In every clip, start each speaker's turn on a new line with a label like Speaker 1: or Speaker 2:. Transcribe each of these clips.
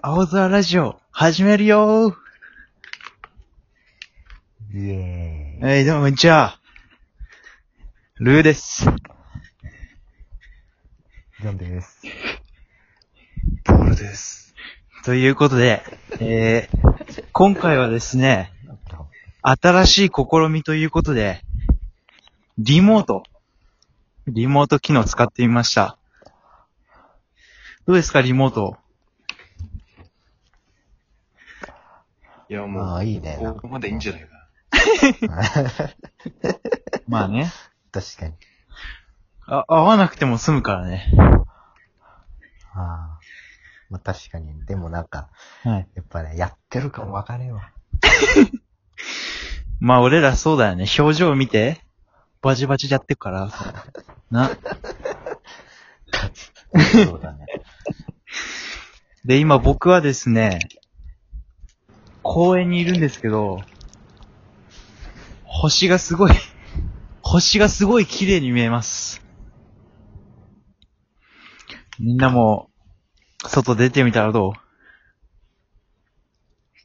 Speaker 1: 青空ラジオ、始めるよ
Speaker 2: イエ
Speaker 1: ーはい、どうもこんにちは。ルーです。
Speaker 2: ーイ。ジョンです。
Speaker 1: ポールです。ということで、えー、今回はですね、新しい試みということで、リモート、リモート機能使ってみました。どうですか、リモート。
Speaker 3: いや、
Speaker 2: ま
Speaker 3: も
Speaker 2: あ、いいね。
Speaker 3: う、ここまでいいんじゃないかな。
Speaker 1: まあね、
Speaker 2: 確かに。
Speaker 1: あ、合わなくても済むからね。
Speaker 2: ああ。まあ、確かに。でもなんか、
Speaker 1: はい。
Speaker 2: やっぱね、やってるかもわかれんわ。
Speaker 1: まあ俺らそうだよね。表情見て。バチバチやってくから。な。
Speaker 2: そうだね。
Speaker 1: で、今僕はですね、公園にいるんですけど、星がすごい、星がすごい綺麗に見えます。みんなも、外出てみたらどう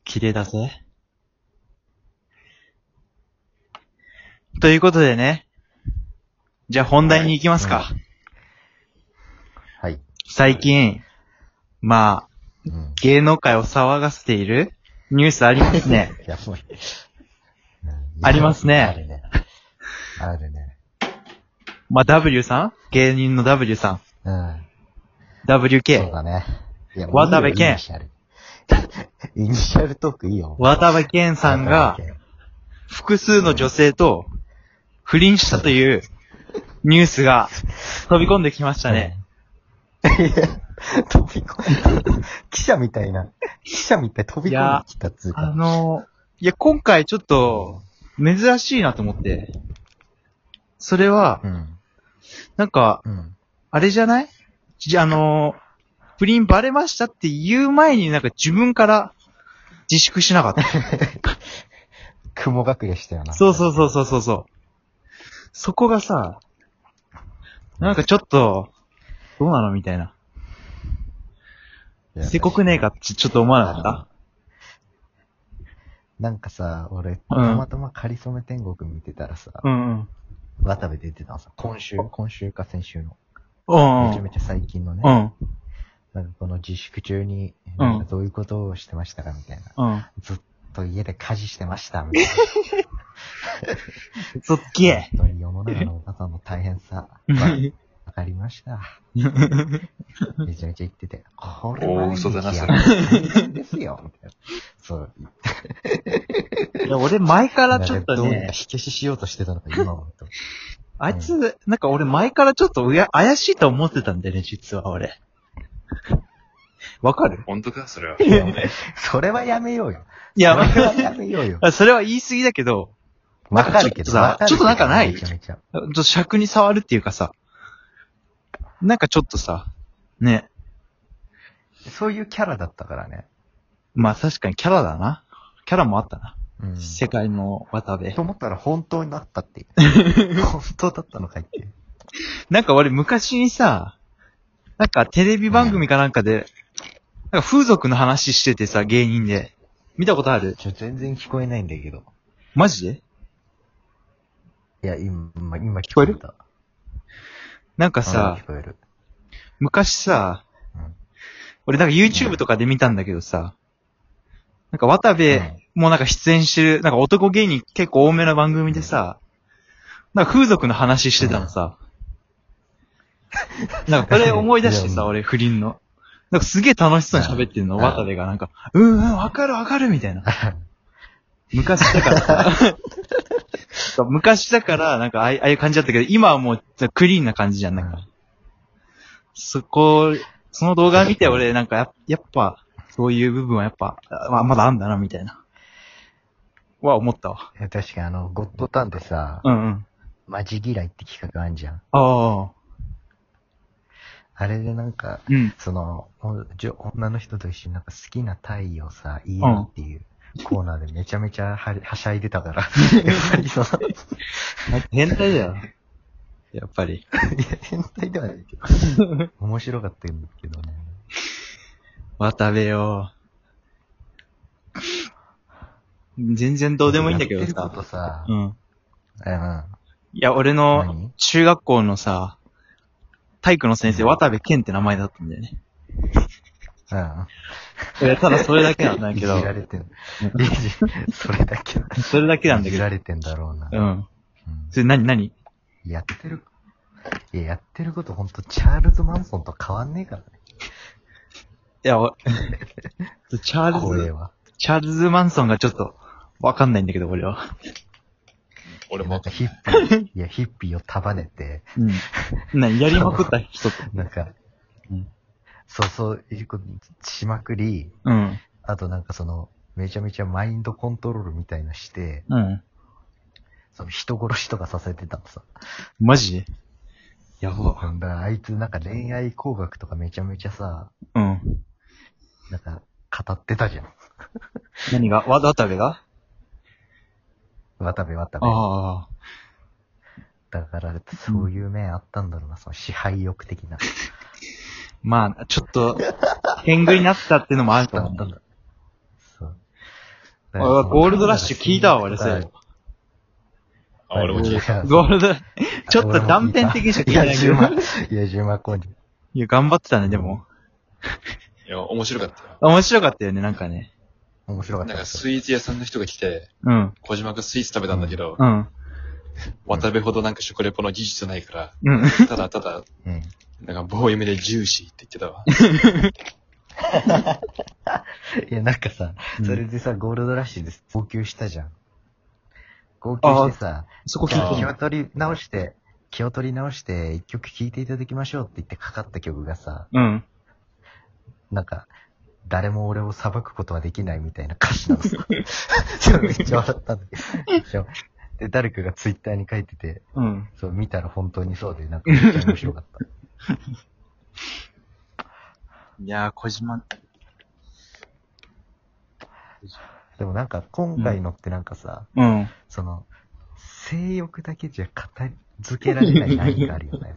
Speaker 1: 綺麗だぜ。ということでね、じゃあ本題に行きますか。
Speaker 2: は はい。
Speaker 1: 最近、まあ、
Speaker 2: うん。
Speaker 1: 芸能界を騒がせているニュースありますね。
Speaker 2: やばい。うん
Speaker 1: ありますね
Speaker 2: あるね。あるね。
Speaker 1: まあ、W さん芸人の W さん。
Speaker 2: うん。そう
Speaker 1: WK。
Speaker 2: だね。いや
Speaker 1: 渡部
Speaker 2: いい
Speaker 1: 謙
Speaker 2: よイニシャル。 イニシャルトークいいよ。
Speaker 1: 渡部健さんが
Speaker 2: 渡部謙
Speaker 1: 複数の女性と不倫したというニュースが飛び込んできましたね。
Speaker 2: 飛び込む。記者みたい な。記者みたい。飛び込んできたっつう
Speaker 1: あ
Speaker 2: か。
Speaker 1: のー、いや、今回ちょっと珍しいなと思って。それは、
Speaker 2: うん。
Speaker 1: なんか、
Speaker 2: うん。
Speaker 1: あれじゃないじゃ、あのー、不倫バレましたって言う前になんか自分から自粛しなかった。
Speaker 2: 雲隠れしたよな。
Speaker 1: そうそうそうそうそうそう。そこがさ、なんかちょっと、どうなのみたいな。
Speaker 2: いや
Speaker 1: せこくねえかってちょっと思わなかっ
Speaker 2: なんかさ、俺、た
Speaker 1: うん
Speaker 2: またまかりそめ天国見てたらさ、
Speaker 1: たうんうん。
Speaker 2: 渡部出てたのさ、今週、今週か先週の、
Speaker 1: うん
Speaker 2: めちゃめちゃ最近のね、
Speaker 1: うん。
Speaker 2: なんかこの自粛中に、
Speaker 1: うん
Speaker 2: なんかどういうことをしてましたかみたいな。
Speaker 1: うん。
Speaker 2: ずっと家で家事してました、 みたいな。
Speaker 1: そっけ
Speaker 2: 本当に世の中のお母さんの大 変さ、
Speaker 1: え。
Speaker 2: わかりま した。めちゃめちゃ言ってて、これ
Speaker 3: 大
Speaker 2: は
Speaker 3: 嘘だなそれ
Speaker 2: 大変ですよ、みたいな。そう。
Speaker 1: いや俺前からちょっと
Speaker 2: なんかどうに
Speaker 1: ね
Speaker 2: か、火消ししようとしてたのか、今思うと。
Speaker 1: あいつ、なんか俺前からちょっとうや怪しいと思ってたんだよね、実は俺。わかる
Speaker 3: 本当か それは。
Speaker 2: いやそれはやめようよ。
Speaker 1: いや、
Speaker 2: それはやめようよ。
Speaker 1: まあ それは言い過ぎだけど、
Speaker 2: わかるけど
Speaker 1: なんかちょっとさちょっとなんかない
Speaker 2: めちゃめちゃ。
Speaker 1: ちょっと尺に触るっていうかさ、なんかちょっとさ、ね、
Speaker 2: そういうキャラだったからね。
Speaker 1: まあ確かにキャラだな。キャラもあったな。
Speaker 2: うん。
Speaker 1: 世界の渡部
Speaker 2: と。思ったら本当になったっ ていう。本当だったのかいっていう。
Speaker 1: なんか俺昔にさ、なんかテレビ番組かなんかで、なんか風俗の話しててさ、芸人で。見たことある
Speaker 2: ちょ、全然聞こえないんだけど。
Speaker 1: マジで
Speaker 2: いや、今、今今聞
Speaker 1: こえる
Speaker 2: た
Speaker 1: なんか
Speaker 2: うん
Speaker 1: さ
Speaker 2: 聞、こえる。
Speaker 1: 昔さ
Speaker 2: うん、
Speaker 1: 俺なんか YouTube とかで見たんだけどさ、なんか渡
Speaker 2: う
Speaker 1: 部
Speaker 2: ん
Speaker 1: もなんか出演してる、なんか男芸人結構多めの番組でさ、なんか風俗の話してたのさ。なんかこれ思い出して
Speaker 2: いや
Speaker 1: さ、俺不倫の。なんかすげえ楽しそうに喋ってるの、
Speaker 2: うん
Speaker 1: 渡部がなんか、うんうん、わかるわかるみたいな。昔だからさそう昔だから、なんかああいうああいう感じだったけど、今はもうクリーンな感じじゃ ん、なんか。そこ、その動画見て俺、なんかややっぱ、そういう部分はやっぱ、あまあまだあんだな、みたいな。は思ったわ。
Speaker 2: いや確かにあの、ゴッドタンでさ、
Speaker 1: うんうん。
Speaker 2: マジ嫌いって企画あんじゃん。
Speaker 1: ああ。
Speaker 2: あれでなんか、
Speaker 1: うん。
Speaker 2: その、おじょ女の人と一緒になんか好きなタイをさ、言えるっていうコーナーでめちゃめちゃははしゃいでたから、やっぱりその、
Speaker 1: 変態だよ。 やっぱり。
Speaker 2: いや、変態ではないけど。面白かったんだけどね。
Speaker 1: 渡部よ。全然どうでもいいんだけど
Speaker 2: やってるこ
Speaker 1: さ。
Speaker 2: とさ、
Speaker 1: うん。
Speaker 2: うん。
Speaker 1: いや、俺の
Speaker 2: 何
Speaker 1: 中学校のさ、体育の先生、
Speaker 2: うん
Speaker 1: 渡部健って名前だったんだよね。
Speaker 2: うん。
Speaker 1: いやただそれだけなんだけど
Speaker 2: いじ、られてん。いじそれだけだ。
Speaker 1: それだけなんだけ
Speaker 2: いじ
Speaker 1: ど
Speaker 2: ら。れてんだろうな。
Speaker 1: うん。
Speaker 2: うん
Speaker 1: それ何、何
Speaker 2: やってる、いや、やってることほんとチャールズ・マンソンと変わんねえからね。
Speaker 1: いや、お チャー
Speaker 2: こ
Speaker 1: ル
Speaker 2: れ
Speaker 1: ズ、
Speaker 2: は。
Speaker 1: チャールズ・マンソンがちょっと、わかんないんだけど、俺は。
Speaker 3: 俺
Speaker 2: なん
Speaker 3: も
Speaker 2: か、ヒッピー、いや、ヒッピーを束ねて、
Speaker 1: うん。な、やりまくった人と。
Speaker 2: なんか
Speaker 1: うん、
Speaker 2: そうそう、いうことしまくり、
Speaker 1: うん。
Speaker 2: あとなんかその、めちゃめちゃマインドコントロールみたいなして、
Speaker 1: うん。
Speaker 2: その人殺しとかさせてたのさ。
Speaker 1: マジやば。
Speaker 2: だからあいつなんか恋愛工学とかめちゃめちゃさ、
Speaker 1: うん。
Speaker 2: なんか語ってたじゃん。
Speaker 1: 何がわ、渡部が
Speaker 2: 渡部渡部。
Speaker 1: ああ。
Speaker 2: だから、そういう面あったんだろうな、その支配欲的な。
Speaker 1: まあ、ちょっと、天狗になったっていうのもあると
Speaker 2: だ
Speaker 1: 思
Speaker 2: った
Speaker 1: うんね。
Speaker 2: だ。そう。
Speaker 1: あゴールドラッシュ聞いたわ、俺、それ。
Speaker 3: あ、俺も聞い
Speaker 2: た
Speaker 3: た。
Speaker 1: ゴールド、ちょっと断片的にしか聞いてないけど
Speaker 2: いや、10万、いや、10万コイン。
Speaker 1: いや、頑張ってたね、でも。
Speaker 3: いや、面白かったよ。
Speaker 1: 面白かったよね、なんかね。
Speaker 2: 面白かった
Speaker 3: なんか、
Speaker 2: です。
Speaker 3: スイーツ屋さんの人が来て、
Speaker 1: うん。
Speaker 3: 小島がスイーツ食べたんだけど、
Speaker 1: うん。
Speaker 3: 渡部ほどなんか食レポの技術ない から、
Speaker 1: うん。
Speaker 3: ただただ、
Speaker 2: うん。
Speaker 3: なんか棒読みでジューシーって言ってたわ。
Speaker 2: いや、なんかさ
Speaker 1: うん、
Speaker 2: それでさ、ゴールドラッシュで号泣したじゃん。号泣してさ、
Speaker 1: そこ
Speaker 2: じ
Speaker 1: 聞
Speaker 2: ゃ
Speaker 1: い
Speaker 2: あ
Speaker 1: て
Speaker 2: 気
Speaker 1: み
Speaker 2: を
Speaker 1: よ
Speaker 2: 取り直して、気を取り直して、一曲聴いていただきましょうって言ってかかった曲がさ、
Speaker 1: う。うん。
Speaker 2: なんか、誰も俺を裁くことはできないみたいな歌詞なのさ。そ うめっちゃ笑ったんだけどそう。で、誰かがツイッターに書いてて、
Speaker 1: うん。
Speaker 2: そう、見たら本当にそうで、なんかめっちゃ面白かった。
Speaker 1: いやー、小島。
Speaker 2: でもなんか、今回のってなんかさ、
Speaker 1: うん。
Speaker 2: その、性欲だけじゃ語りづけられない何があるよね。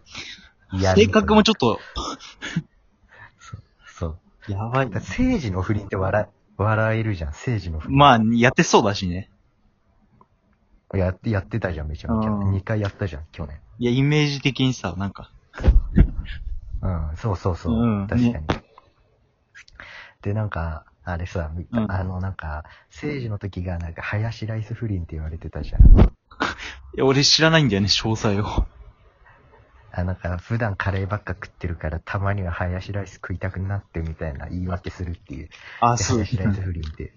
Speaker 2: やる
Speaker 1: 性格もちょっと、
Speaker 2: そう。
Speaker 1: やばい
Speaker 2: だから政治の不倫って笑え、笑えるじゃん、政治の不倫。
Speaker 1: まあ、やってそうだしね。
Speaker 2: やって、やってたじゃん、めちゃめちゃ。
Speaker 1: うん
Speaker 2: 2回やったじゃん、去年。
Speaker 1: いや、イメージ的にさ、なんか。
Speaker 2: うん、そうそうそう。
Speaker 1: うん
Speaker 2: 確かに。で、なんか、あれさ、み
Speaker 1: うん
Speaker 2: あの、なんか、政治の時が、なんか、林ライス不倫って言われてたじゃん。
Speaker 1: いや、俺知らないんだよね、詳細を。
Speaker 2: あ、なんか、普段カレーばっか食ってるから、たまには林ライス食いたくなってみたいな言い訳するっていう。
Speaker 1: あ
Speaker 2: で林ライス不倫って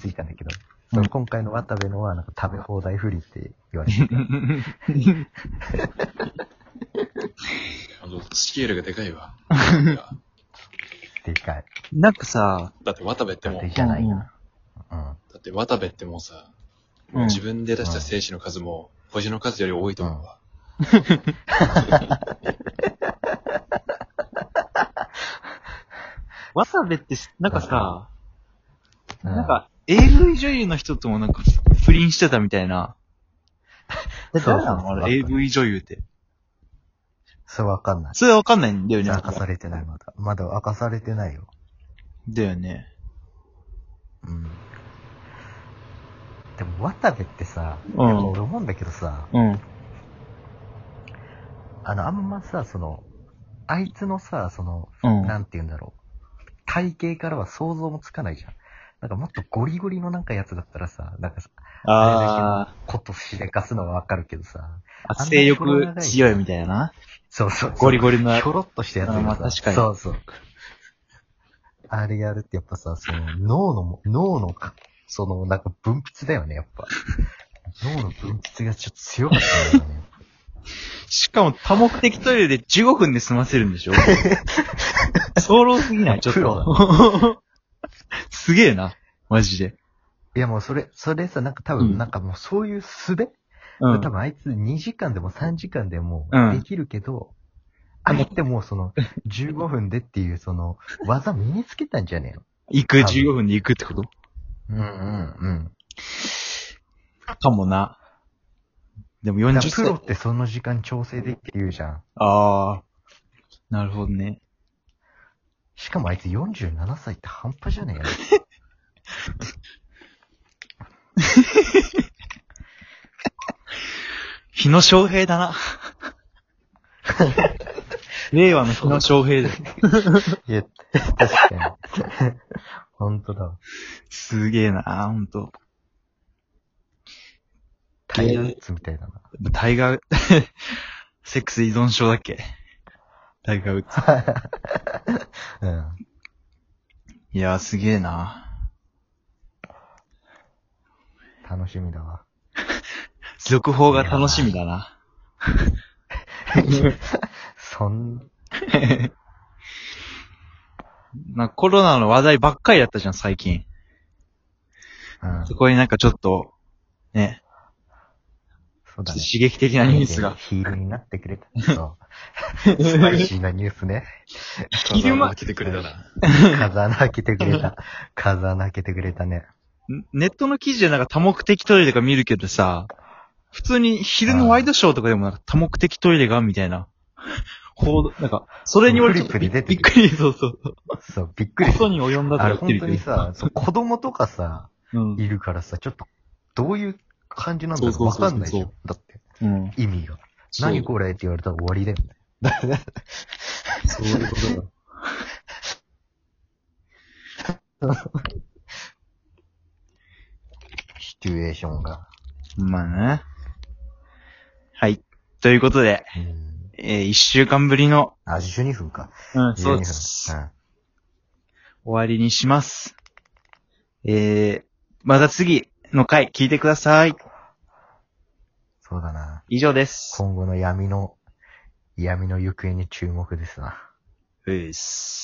Speaker 2: ついたんだけど、
Speaker 1: うん
Speaker 2: その今回の渡部のは、なんか、食べ放題不倫って言 われてて。
Speaker 3: あのスケールがでかいわ。いや
Speaker 2: でかい。
Speaker 1: なんかさ、
Speaker 3: だって渡部っても
Speaker 2: だっ
Speaker 3: う
Speaker 2: て、じゃないな。うん。
Speaker 3: だって渡部ってもうさ、
Speaker 1: うん
Speaker 3: 自分で出した精子の数も、星の数より多いと思うわ。
Speaker 1: わさべって、なんかさ、
Speaker 2: うん
Speaker 1: なん、か、AV 女優の人ともなんか、不倫してたみたいな。
Speaker 2: そうそう
Speaker 1: 誰なのあれ ?AV 女優って。
Speaker 2: そうわかんない。
Speaker 1: それわかんないんだよね。
Speaker 2: 明かされてない、まだ。まだ明かされてないよ。
Speaker 1: だよね。
Speaker 2: うん。でも、渡部ってさ、
Speaker 1: うん
Speaker 2: やっぱ俺思うんだけどさ、
Speaker 1: うん。
Speaker 2: あの、あんまさ、その、あいつのさ、その、
Speaker 1: うん
Speaker 2: なんて言うんだろう。体型からは想像もつかないじゃん。なんかもっとゴリゴリのなんかやつだったらさ、なんかさ、
Speaker 1: あ
Speaker 2: ことしでかすのはわかるけどさ、
Speaker 1: ーあ、性欲強いみたいな。
Speaker 2: そうそうそう
Speaker 1: ゴリゴリの
Speaker 2: ひょろっとしたやつがさ
Speaker 1: あまあ確かに
Speaker 2: そうそう。あれやるってやっぱさ、その脳のも、脳のか、そのなんか分泌だよね、やっぱ。脳の分泌がちょっと強かったんだよね。
Speaker 1: しかも多目的トイレで15分で済ませるんで しょ早漏すぎないちょっ
Speaker 2: プロ
Speaker 1: と。 すげえな。マジで。
Speaker 2: いやもうそれ、それさ、なんか多
Speaker 1: うん
Speaker 2: 分、なんかもうそういう素で、
Speaker 1: う
Speaker 2: 多
Speaker 1: ん。
Speaker 2: 分あいつ2時間でも3時間でも
Speaker 1: うん
Speaker 2: できるけど、あれってもうその15分でっていうその技身につけたんじゃねえの
Speaker 1: 行く、15分で行くってこと
Speaker 2: うんうんうん。
Speaker 1: かもな。でも40
Speaker 2: だからプロっ
Speaker 1: 歳。
Speaker 2: てその時間調整できるじゃん。
Speaker 1: ああ。なるほどね。
Speaker 2: しかもあいつ47歳って半端じゃねえよ。
Speaker 1: 日野翔平だ な。令和の日野翔平だよ。
Speaker 2: いや、 確かに。本当だわ。
Speaker 1: すげえな、ほんと。
Speaker 2: タイガー・ウッズみたいだな。
Speaker 1: タイガー、 セックス依存症だっけタイガーウッズ。
Speaker 2: うん。
Speaker 1: いやーすげえな。
Speaker 2: 楽しみだわ。
Speaker 1: 続報が楽しみだな。
Speaker 2: そん、
Speaker 1: なんかコロナの話題ばっかりだったじゃん、最近。
Speaker 2: うん。
Speaker 1: そこになんかちょっと、ね、
Speaker 2: そう
Speaker 1: ちょ
Speaker 2: だ
Speaker 1: っと
Speaker 2: ね。
Speaker 1: 刺激的なニュース が。
Speaker 2: ヒールになってくれた。 そう。スパイシーなニュースね。
Speaker 1: 昼間
Speaker 3: 風穴開けてくれたな。
Speaker 2: 風穴開けてくれた。風穴開けてくれたね。
Speaker 1: んネットの記事でなんか多目的トイレとか見るけどさ、普通に昼のワイドショーとかでもなんか多目的トイレがみたいな。報道、なんか、それに俺ちょっとび
Speaker 2: フリップに出
Speaker 1: び
Speaker 2: て
Speaker 1: っ
Speaker 2: く
Speaker 1: くり、そうそう。
Speaker 2: そう、びっくり。
Speaker 1: ことに及んだと
Speaker 2: あ
Speaker 1: か言
Speaker 2: れ
Speaker 1: ってる
Speaker 2: 本
Speaker 1: けど
Speaker 2: 当にさ、そう子供とかさ、
Speaker 1: うん。
Speaker 2: いるからさ、ちょっと、どういう感じなんだろ
Speaker 3: そうう
Speaker 2: わ
Speaker 3: そうそうそ
Speaker 2: か
Speaker 3: う
Speaker 2: んないじゃん。だって、
Speaker 1: うん。
Speaker 2: 意味が。
Speaker 3: そう
Speaker 2: 何これって言われたら終わりだよね。
Speaker 3: そういうことだよ。
Speaker 2: シチュエーションが。
Speaker 1: まあね。はい。ということで、
Speaker 2: うん。
Speaker 1: えー一週間ぶりの、
Speaker 2: あ、12分か。
Speaker 1: うん
Speaker 2: 12分。
Speaker 1: 終
Speaker 2: ん。
Speaker 1: わりにします。えー、また次の回聞いてください。
Speaker 2: そうだな。
Speaker 1: 以上です。
Speaker 2: 今後の闇の、闇の行方に注目ですな。
Speaker 1: うっす。